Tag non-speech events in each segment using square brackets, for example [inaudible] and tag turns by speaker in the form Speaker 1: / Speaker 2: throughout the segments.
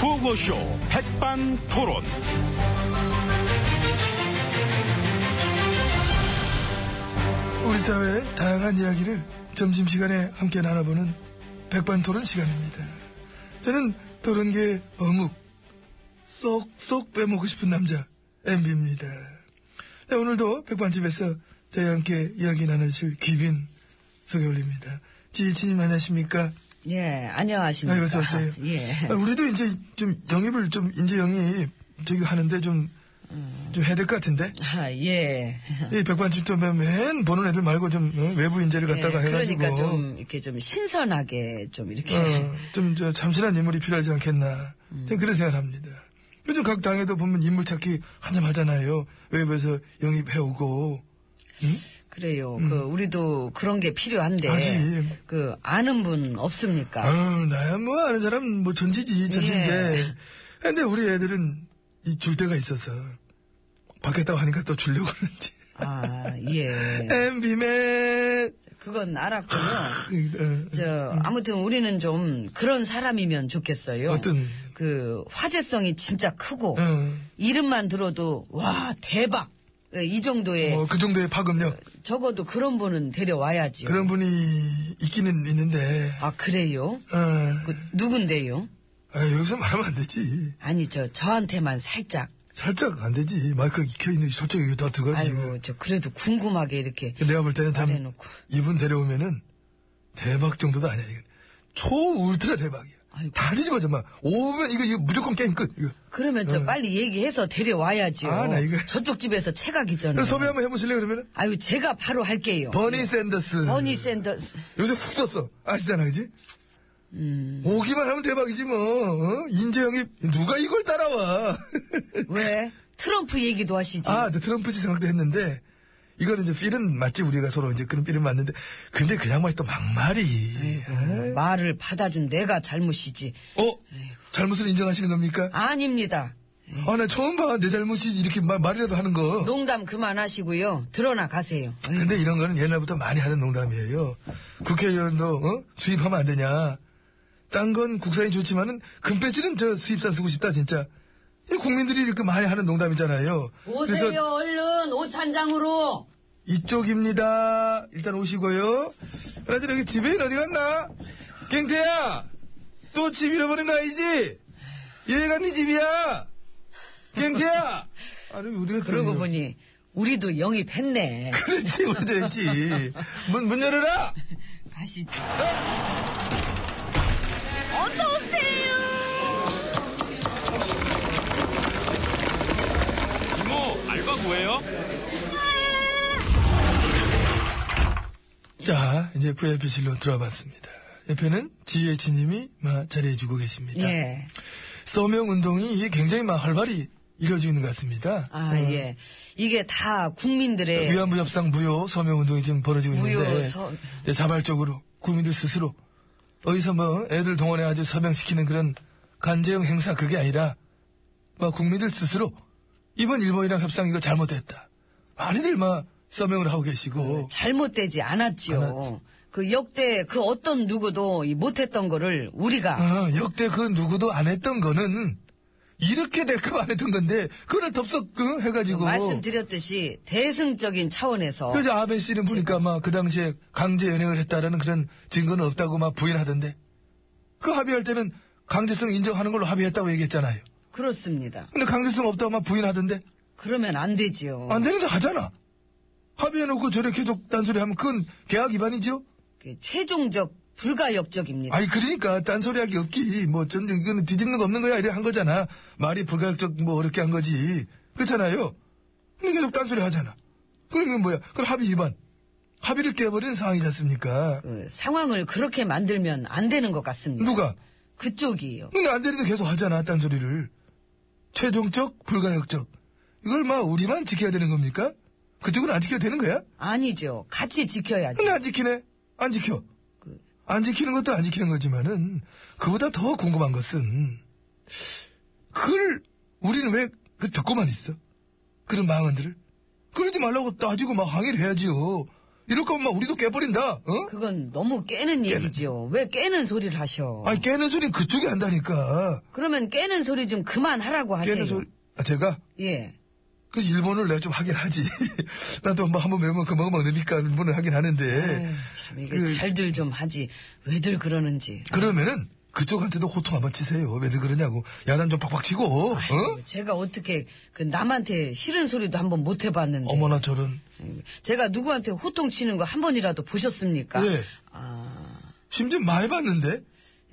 Speaker 1: 구호쇼 백반 토론.
Speaker 2: 우리 사회의 다양한 이야기를 점심시간에 함께 나눠보는 백반토론 시간입니다. 저는 토론계의 어묵, 쏙쏙 빼먹고 싶은 남자, MB입니다. 네, 오늘도 백반집에서 저희와 함께 이야기 나누실 귀빈 소개 올립니다. 지지친님 안녕하십니까?
Speaker 3: 예, 안녕하십니까.
Speaker 2: 아이고, 어서오세요.
Speaker 3: 예.
Speaker 2: 우리도 이제 좀 영입을 좀, 인재 영입 저기 하는데 좀, 좀 해야 될 것 같은데?
Speaker 3: 아, 예.
Speaker 2: 이 백반집 좀맨 보는 애들 말고 좀 어? 외부 인재를 갖다가
Speaker 3: 예,
Speaker 2: 해가지고 뭐. 어,
Speaker 3: 그러니까 좀, 네. 이렇게 좀 신선하게 좀 이렇게.
Speaker 2: 좀저 잠시한 인물이 필요하지 않겠나
Speaker 3: 음.
Speaker 2: 저는 그런 생각을 합니다. 요즘 각 당에도 보면 인물 찾기 한참 하잖아요. 외부에서 영입해오고
Speaker 3: 그래요. 그, 우리도 그런 게 필요한데.
Speaker 2: 음. 아니.
Speaker 3: 그, 아는 분 없습니까?
Speaker 2: 아유 나야 뭐 아는 사람 뭐 전지지 전지인데
Speaker 3: 예.
Speaker 2: 근데 우리 애들은 이 줄 때가 있어서 받겠다고 하니까 또 주려고 그러는지
Speaker 3: 아, 예.
Speaker 2: 엠비맨
Speaker 3: 그건
Speaker 2: 아.
Speaker 3: 알았고요.
Speaker 2: 그, 어. 음.
Speaker 3: 저, 아무튼 우리는 좀 그런 사람이면 좋겠어요.
Speaker 2: 어떤?
Speaker 3: 그, 화제성이 진짜 크고,
Speaker 2: 어.
Speaker 3: 이름만 들어도, 와, 대박! 예, 이 정도의,
Speaker 2: 어, 그 정도의 파급력
Speaker 3: 네. 적어도 그런 분은 데려와야지.
Speaker 2: 그런 분이 있기는 있는데
Speaker 3: 아, 그래요?
Speaker 2: 어,
Speaker 3: 그, 누군데요?
Speaker 2: 아, 여기서 말하면 안 되지.
Speaker 3: 아니, 저, 저한테만 살짝.
Speaker 2: 살짝 안 되지. 마이크 켜있는 게 솔직히 여기 다 들어가지.
Speaker 3: 아이고, 저, 그래도 궁금하게 이렇게.
Speaker 2: 내가 볼 때는 참,
Speaker 3: 말해놓고.
Speaker 2: 이분 데려오면은, 대박 정도도 아니야, 이건. 초 울트라 대박이야.
Speaker 3: 아이고.
Speaker 2: 다 뒤집어져, 막. 오면 이거, 이거 무조건 게임 끝. 이거.
Speaker 3: 그러면 저 빨리 얘기해서 데려와야지요.
Speaker 2: 어. 아, 나 이거-
Speaker 3: 저쪽 집에서 채가기 전에.
Speaker 2: 그럼 섭외 한번 해보실래요, 그러면은?
Speaker 3: 아유, 제가 바로 할게요.
Speaker 2: 버니 샌더스.
Speaker 3: 네. 버니 샌더스.
Speaker 2: 요새 훅 떴어. 아시잖아, 그지?
Speaker 3: 음.
Speaker 2: 오기만 하면 대박이지, 뭐. 어? 인재영이, 누가 이걸 따라와. [laughs]
Speaker 3: 왜? 트럼프 얘기도 하시지.
Speaker 2: 아, 근데 트럼프 씨 생각도 했는데, 이거는 이제 필은 맞지, 우리가 서로 이제 그런 필은 맞는데, 근데 그 양반이 또 막말이.
Speaker 3: 아이고, 말을 받아준 내가 잘못이지.
Speaker 2: 어? 잘못을 인정하시는 겁니까?
Speaker 3: 아닙니다.
Speaker 2: 아, 나 처음 봐. 내 잘못이지. 이렇게 마- 말이라도 하는 거.
Speaker 3: 농담 그만하시고요. 드러나 가세요. 아이고,
Speaker 2: 근데 이런 거는 옛날부터 많이 하던 농담이에요. 국회의원도, 어? 수입하면 안 되냐. 딴 건 국산이 좋지만은, 금배지는 저 수입산 쓰고 싶다, 진짜. 이 국민들이 이렇게 많이 하는 농담이잖아요.
Speaker 3: 오세요, 얼른! 옷찬장으로!
Speaker 2: 이쪽입니다. 일단 오시고요. 그러자 여기 집에 어디 갔나? 갱태야! 또 집 잃어버린 거 아니지? 여행 갔니 집이야? 갱태야! 아니, 우리가 그런
Speaker 3: 그러고
Speaker 2: 거-
Speaker 3: 보니, 우리도 영입했네.
Speaker 2: 그렇지, 우리도 했지. 문, 문 열어라!
Speaker 3: 가시죠.
Speaker 1: 이모 알바 구해요?
Speaker 2: 자, 이제 VIP실로 들어와 봤습니다. 옆에는 GH님이 자리해주고 계십니다.
Speaker 3: 예.
Speaker 2: 서명 운동이 이게 굉장히 막 활발히 이뤄지고 있는 것 같습니다.
Speaker 3: 아, 예. 이게 다 국민들의
Speaker 2: 위안부 협상 무효 서명 운동이 지금 벌어지고
Speaker 3: 예. 무효
Speaker 2: 있는데
Speaker 3: 서-
Speaker 2: 이제 자발적으로 국민들 스스로 어디서 뭐 애들 동원해 가지고 서명시키는 그런 간제형 행사 그게 아니라 막 국민들 스스로 이번 일본이랑 협상 이거 잘못됐다 많이들 막 서명을 하고 계시고
Speaker 3: 네. 잘못되지 않았지요.
Speaker 2: 않았지.
Speaker 3: 그 역대 그 어떤 누구도 이 못했던 거를 우리가
Speaker 2: 어, 역대 그 누구도 안 했던 거는 이렇게 될 거면 안 했던 건데 그걸 덥석 그 해가지고
Speaker 3: 말씀드렸듯이 대승적인 차원에서
Speaker 2: 그래서 아베 씨는 보니까 막 그 당시에 강제 연행을 했다라는 그런 증거는 없다고 막 부인하던데. 그 합의할 때는 강제성 인정하는 걸로 합의했다고 얘기했잖아요.
Speaker 3: 그렇습니다.
Speaker 2: 근데 강제성 없다고 막 부인하던데.
Speaker 3: 그러면 안 되지요.
Speaker 2: 안 되는데 하잖아. 합의해놓고 저렇게 계속 딴소리하면 그건 계약 위반이죠?
Speaker 3: 그 최종적 불가역적입니다.
Speaker 2: 아니, 그러니까 딴소리하기 없기. 뭐, 전, 이거는 뒤집는 거 없는 거야. 이래 한 거잖아. 말이 불가역적 뭐 어렵게 한 거지. 그렇잖아요. 근데 계속 딴소리 하잖아. 그러면 뭐야. 그럼 합의 위반. 합의를 깨버리는 상황이지 않습니까?
Speaker 3: 그 상황을 그렇게 만들면 안 되는 것 같습니다.
Speaker 2: 누가?
Speaker 3: 그쪽이요.
Speaker 2: 근데 안 되는데 계속 하잖아, 딴 소리를. 최종적, 불가역적. 이걸 막 우리만 지켜야 되는 겁니까? 그쪽은 안 지켜야 되는 거야?
Speaker 3: 아니죠. 같이 지켜야죠.
Speaker 2: 근데 안 지키네? 안 지켜. 안 지키는 것도 안 지키는 거지만은, 그보다 더 궁금한 것은, 그걸, 우리는 왜, 그 듣고만 있어? 그런 망언들을? 그러지 말라고 따지고 막 항의를 해야지요. 이럴 거면 막 우리도 깨버린다. 어?
Speaker 3: 그건 너무 깨는 얘기지요. 왜 깨는 소리를 하셔?
Speaker 2: 아니 깨는 소리 그쪽이 한다니까.
Speaker 3: 그러면 깨는 소리 좀 그만하라고 하세요.
Speaker 2: 깨는 소리. 아, 제가
Speaker 3: 예.
Speaker 2: 그 일본을 내가 좀 하긴 하지. [laughs] 나도 뭐 한번 매우면 금방 먹으니까 일본을 하긴 하는데.
Speaker 3: 에휴, 음, 참 이게
Speaker 2: 그-
Speaker 3: 잘들 좀 하지. 왜들 그러는지.
Speaker 2: 그러면은 그쪽한테도 호통 한번 치세요. 왜들 그러냐고. 야단 좀 팍팍 치고. 어?
Speaker 3: 아이고, 제가 어떻게 그 남한테 싫은 소리도 한번 못 해봤는데.
Speaker 2: 어머나 저런.
Speaker 3: 제가 누구한테 호통 치는 거 한 번이라도 보셨습니까? 아.
Speaker 2: 예. 심지어 많이 봤는데.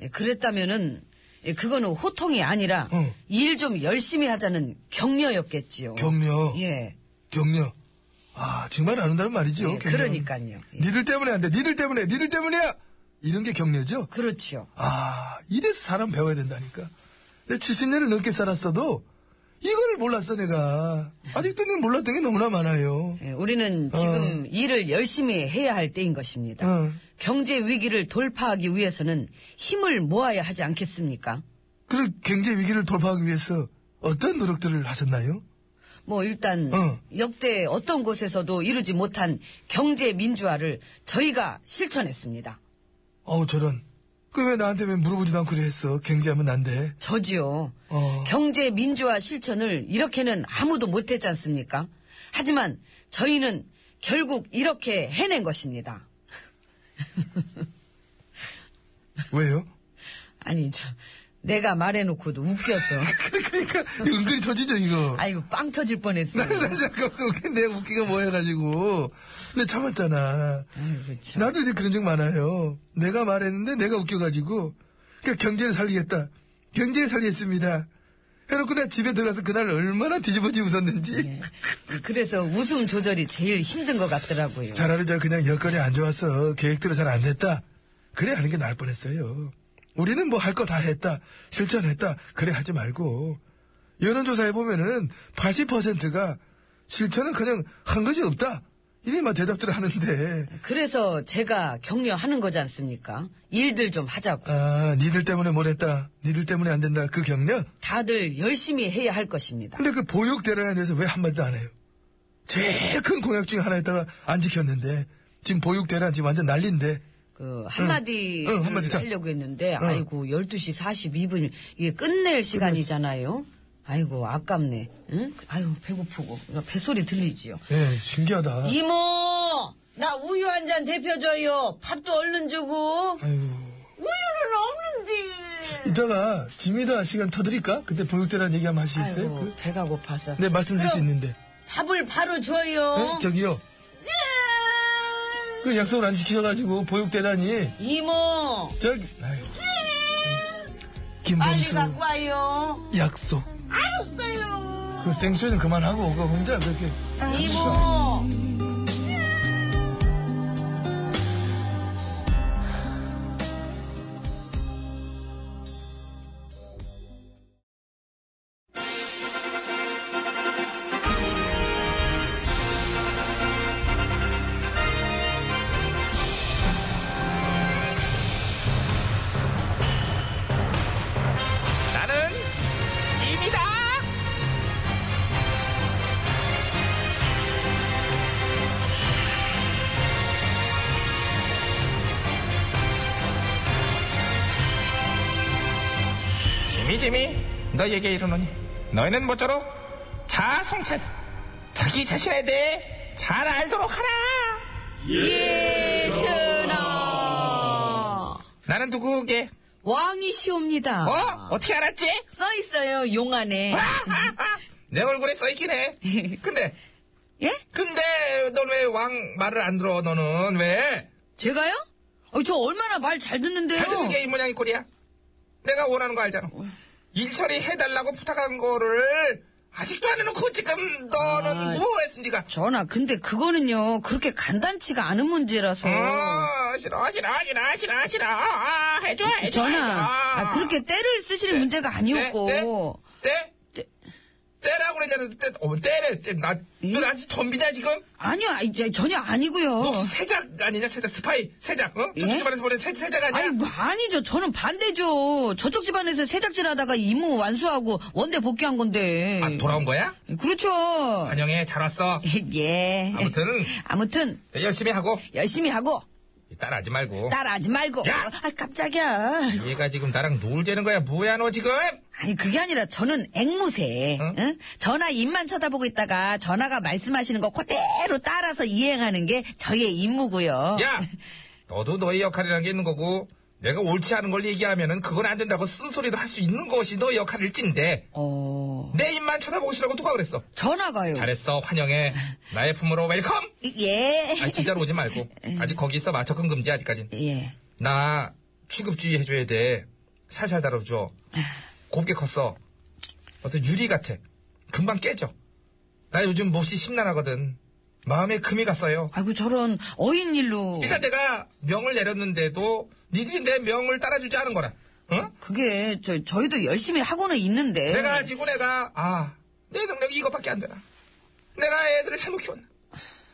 Speaker 3: 예, 그랬다면은 예, 그거는 호통이 아니라
Speaker 2: 어.
Speaker 3: 일 좀 열심히 하자는 격려였겠지요.
Speaker 2: 격려.
Speaker 3: 예.
Speaker 2: 격려. 아, 정말 아는다는 말이죠.
Speaker 3: 예,
Speaker 2: 격려.
Speaker 3: 그러니까요. 예.
Speaker 2: 니들 때문에 안 돼. 니들 때문에. 니들 때문이야. 이런 게 격려죠.
Speaker 3: 그렇지요.
Speaker 2: 아, 이래서 사람 배워야 된다니까. 내 70년을 넘게 살았어도 이걸 몰랐어, 내가. 아직도 내가 몰랐던 게 너무나 많아요.
Speaker 3: 예, 우리는 지금 일을 열심히 해야 할 때인 것입니다.
Speaker 2: 어.
Speaker 3: 경제 위기를 돌파하기 위해서는 힘을 모아야 하지 않겠습니까?
Speaker 2: 그리고 경제 위기를 돌파하기 위해서 어떤 노력들을 하셨나요?
Speaker 3: 뭐 일단
Speaker 2: 어.
Speaker 3: 역대 어떤 곳에서도 이루지 못한 경제 민주화를 저희가 실천했습니다.
Speaker 2: 어우, 저런. 그 왜 나한테 왜 물어보지도 않고 그래 했어. 경제하면 안 돼.
Speaker 3: 저지요.
Speaker 2: 어.
Speaker 3: 경제 민주화 실천을 이렇게는 아무도 못했지 않습니까? 하지만 저희는 결국 이렇게 해낸 것입니다.
Speaker 2: 왜요?
Speaker 3: 아니, 저, 내가 말해놓고도 웃겨서.
Speaker 2: [laughs] 그러니까 네, 은근히 터지죠, 이거.
Speaker 3: 아이고, 빵 터질 뻔했어.
Speaker 2: 나는 [laughs] 잠깐 웃긴 내 웃기가 뭐여가지고. 근데 참았잖아.
Speaker 3: 아이고, 참.
Speaker 2: 나도 이제 그런 적 많아요. 내가 말했는데 내가 웃겨가지고. 그러니까 경제를 살리겠다. 경제를 살리겠습니다. 해놓고 나 집에 들어가서 그날 얼마나 뒤집어지 웃었는지.
Speaker 3: 예. 그래서 웃음 조절이 제일 힘든 것 같더라고요.
Speaker 2: 차라리 저 그냥 여건이 안 좋아서 계획대로 잘 안 됐다. 그래 하는 게 나을 뻔했어요. 우리는 뭐 할 거 다 했다. 실천했다. 그래 하지 말고. 여론조사에 보면은 80%가 실천은 그냥 한 것이 없다. 이래 막 대답들을 하는데.
Speaker 3: 네. 그래서 제가 격려하는 거지 않습니까? 일들 좀 하자고.
Speaker 2: 아, 니들 때문에 뭘 했다. 니들 때문에 안 된다. 그 격려?
Speaker 3: 다들 열심히 해야 할 것입니다.
Speaker 2: 근데 그 보육 대란에 대해서 왜 한마디도 안 해요? 제일 큰 공약 중에 하나였다가 안 지켰는데. 지금 보육 대란 지금 완전 난리인데.
Speaker 3: 그 한마디
Speaker 2: 응, 응, 어. 한마디 다. 어.
Speaker 3: 하려고 했는데 아이고 12시 42분 이게 끝낼 시간이잖아요. 아이고 아깝네. 응? 아유 배고프고 뱃소리 들리지요.
Speaker 2: 예, 신기하다.
Speaker 3: 이모 나 우유 한 잔 데펴줘요. 밥도 얼른 주고
Speaker 2: 아이고.
Speaker 3: 우유는 없는데.
Speaker 2: 이따가 김이다 시간 터드릴까? 그때 보육대란 얘기하면 하시겠어요?
Speaker 3: 아이고
Speaker 2: 그-
Speaker 3: 배가 고파서.
Speaker 2: 네, 말씀드릴 수 있는데.
Speaker 3: 밥을 바로
Speaker 2: 네?
Speaker 3: 줘요. 예!
Speaker 2: 저기요. 그 약속을 안 지키셔가지고 보육대란이
Speaker 3: 이모
Speaker 2: 저 아유.
Speaker 3: 빨리
Speaker 2: 김범수
Speaker 3: 갖고 와요.
Speaker 2: 약속. 알았어요. 그 생수는 그만하고 그 혼자 그렇게
Speaker 3: 이모.
Speaker 1: 나는 짐이다. 짐이 짐이 너에게 이르노니 너희는 모쪼록 자성찰 자기 자신에 대해 잘 알도록 하라.
Speaker 3: 예준아
Speaker 1: 나는 누구게?
Speaker 3: 왕이시옵니다.
Speaker 1: 어? 어떻게 알았지?
Speaker 3: 써 있어요 용 안에.
Speaker 1: 내 얼굴에 써있긴 해. 근데,
Speaker 3: 예?
Speaker 1: 근데, 넌 왜 왕 말을 안 들어, 너는? 왜?
Speaker 3: 제가요? 어, 저 얼마나 말 잘 듣는데요.
Speaker 1: 잘 듣는 게 이 모양이 꼴이야. 내가 원하는 거 알잖아. 일 처리해달라고 부탁한 거를 아직도 안 해놓고 지금
Speaker 3: 아,
Speaker 1: 너는 뭐 했어, 니가?
Speaker 3: 전하 근데 그거는요 그렇게 간단치가 않은 문제라서.
Speaker 1: 어, 싫어, 싫어, 싫어, 싫어, 싫어. 아, 해줘, 아. 해줘.
Speaker 3: 전하
Speaker 1: 해줘. 네.
Speaker 3: 아, 그렇게 때를 쓰실 문제가
Speaker 1: 때, 때?
Speaker 3: 아니었고
Speaker 1: 때?
Speaker 2: 떼라고 그랬냐는데 떼, 어, 때래 떼, 나, 너 나한테 덤비냐 지금?
Speaker 3: 아니요, 아니, 예, 전혀 아니고요.
Speaker 1: 뭐,
Speaker 2: 너 혹시 세작 아니냐 세작 스파이 세작 어?
Speaker 3: 예?
Speaker 2: 저쪽 집안에서 보낸 세, 세작 아니야?
Speaker 3: 아니, 뭐 아니죠. 저는 반대죠. 저쪽 집안에서 세작질 하다가 임무 완수하고 원대 복귀한 건데.
Speaker 2: 아 돌아온 거야?
Speaker 3: 그렇죠.
Speaker 2: 안영해 잘 왔어
Speaker 3: 예.
Speaker 2: 아무튼 네,
Speaker 3: 아무튼,
Speaker 2: 열심히 하고
Speaker 3: 열심히 하고,
Speaker 2: 따라하지 말고
Speaker 3: 따라하지 말고.
Speaker 2: 어. 야!
Speaker 3: 아, 깜짝이야.
Speaker 2: 얘가 지금 나랑 놀자는 거야 뭐야 너 지금?
Speaker 3: 아니 그게 아니라 저는 앵무새
Speaker 2: 응?
Speaker 3: 응? 전화 입만 쳐다보고 있다가 전화가 말씀하시는 거 그대로 따라서 이행하는 게 저의 임무고요
Speaker 2: 야 너도 너의 역할이라는 게 있는 거고 내가 옳지 않은 걸 얘기하면은 그건 안 된다고 쓴소리도 할 수 있는 것이 너의 역할일진데
Speaker 3: 어
Speaker 2: 내 입만 쳐다보고 있으라고 누가 그랬어?
Speaker 3: 전화가요
Speaker 2: 잘했어 환영해 나의 품으로 웰컴
Speaker 3: 예
Speaker 2: 아니 진짜로 오지 말고 아직 거기 있어 마 접근 금지 아직까진
Speaker 3: 예.
Speaker 2: 나 취급주의 해줘야 돼. 살살 다뤄줘. 곱게 컸어. 어떤 유리 같아. 금방 깨져. 나 요즘 몹시 심란하거든. 마음에 금이 갔어요.
Speaker 3: 아이고 저런 어인 일로
Speaker 2: 일단 내가 명을 내렸는데도 니들이 내 명을 따라주지 않은 거라. 어?
Speaker 3: 그게 저, 저희도 열심히 하고는 있는데
Speaker 2: 내가 지고 내가 아 내 능력이 이것밖에 안 되나. 내가 애들을 잘못 키웠나.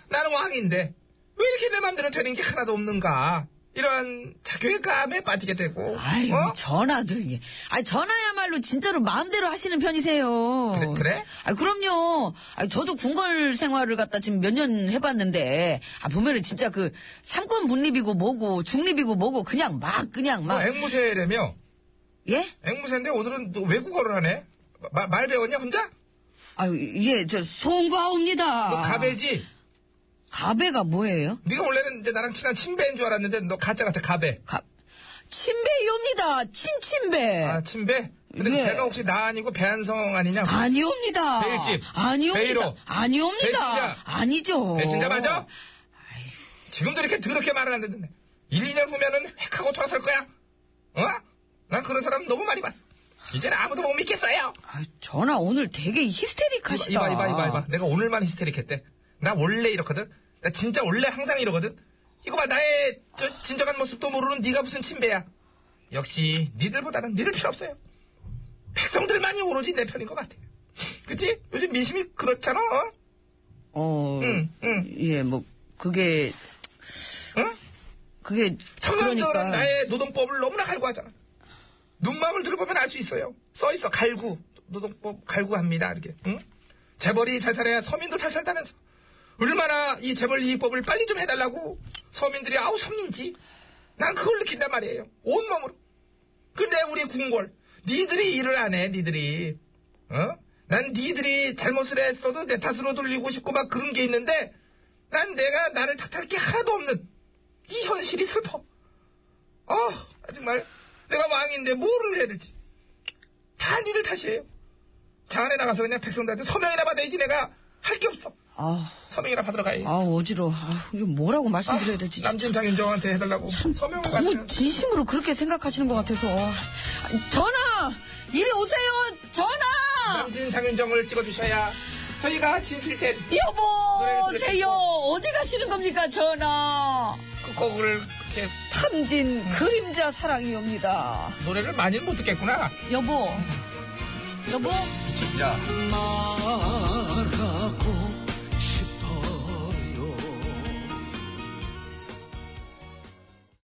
Speaker 2: 나는 왕인데 왜 이렇게 내 맘대로 되는 게 하나도 없는가. 이런 자괴감에 빠지게 되고.
Speaker 3: 아이
Speaker 2: 어?
Speaker 3: 전화도 이게 아니 전화야말로 진짜로 마음대로 하시는 편이세요
Speaker 2: 그래- 그래?
Speaker 3: 아 그럼요 아 저도 궁궐 생활을 갖다 지금 몇 년 해봤는데 아 보면은 진짜 그 상권 분립이고 뭐고 중립이고 뭐고 그냥 막 그냥
Speaker 2: 너 어, 앵무새라며.
Speaker 3: 막예
Speaker 2: 앵무새인데 오늘은 또 외국어를 하네? 마- 말 배웠냐, 혼자?
Speaker 3: 아유 예저 송과옵니다
Speaker 2: 너그 가베지?
Speaker 3: 가 뭐예요
Speaker 2: 네가 원래는 이제 나랑 친한 친배인 줄 알았는데 너 가짜 같아, 가베.
Speaker 3: 가 친배이옵니다 친친배
Speaker 2: 아, 친배? 근데
Speaker 3: 예.
Speaker 2: 배가 혹시 나 아니고 배한성 아니냐?
Speaker 3: 아니옵니다.
Speaker 2: 베일집.
Speaker 3: 아니옵니다.
Speaker 2: 베일호.
Speaker 3: 아니옵니다.
Speaker 2: 배신자.
Speaker 3: 아니죠.
Speaker 2: 배신자 맞아? 지금도 이렇게 더럽게 말을 안 듣는데. 1, 2년 후면은 획하고 돌아설 거야. 어? 난 그런 사람 너무 많이 봤어. 이제는 아무도 못 믿겠어요.
Speaker 3: 아, 전화 오늘 되게 히스테릭하시다.
Speaker 2: 이봐, 이봐, 이봐, 이봐. 내가 오늘만 히스테릭했대. 나 원래 이렇거든. 나 진짜 원래 항상 이러거든. 이거 봐, 나의 저 진정한 모습도 모르는 네가 무슨 친배야. 역시 니들보다는 니들 필요 없어요. 백성들만이 오로지 내 편인 것 같아. 그치? 요즘 민심이 그렇잖아. 어?
Speaker 3: 어,
Speaker 2: 응, 응,
Speaker 3: 예, 뭐 그게
Speaker 2: 응?
Speaker 3: 그게
Speaker 2: 청년들은
Speaker 3: 그러니까
Speaker 2: 나의 노동법을 너무나 갈구하잖아. 눈망울 들어보면 알 수 있어요. 써 있어 갈구 노동법 갈구합니다 이렇게. 응? 재벌이 잘 살아야 서민도 잘 살다면서 얼마나 이 재벌 이익법을 빨리 좀 해달라고 서민들이 아우 성인지 난 그걸 느낀단 말이에요. 온 몸으로. 근데 우리 궁궐 니들이 일을 안 해 니들이. 어? 난 니들이 잘못을 했어도 내 탓으로 돌리고 싶고 막 그런 게 있는데 난 내가 나를 탓할 게 하나도 없는 이 현실이 슬퍼. 아, 정말 내가 왕인데 뭐를 해야 될지. 다 니들 탓이에요. 장안에 나가서 그냥 백성들한테 서명이나 받아야지 내가 할 게 없어.
Speaker 3: 아,
Speaker 2: 서명이나 받으러 가야지.
Speaker 3: 아 어지러. 아, 이게 뭐라고 말씀드려야 될지 진짜.
Speaker 2: 남진상 인정한테 해달라고. 서명을
Speaker 3: 너무
Speaker 2: 받으면.
Speaker 3: 진심으로 그렇게 생각하시는 것 같아서. 아, 전화 이리 오세요. 전화
Speaker 2: 남진 장윤정을 찍어주셔야 저희가 진실 때 노래를
Speaker 3: 여보세요.
Speaker 2: 들으시고.
Speaker 3: 어디 가시는 겁니까 전화?
Speaker 2: 그 곡을 이렇게
Speaker 3: 탐진 그림자 사랑이옵니다.
Speaker 2: 노래를 많이는 못 듣겠구나.
Speaker 3: 여보. 여보.
Speaker 2: 야.
Speaker 4: 말하고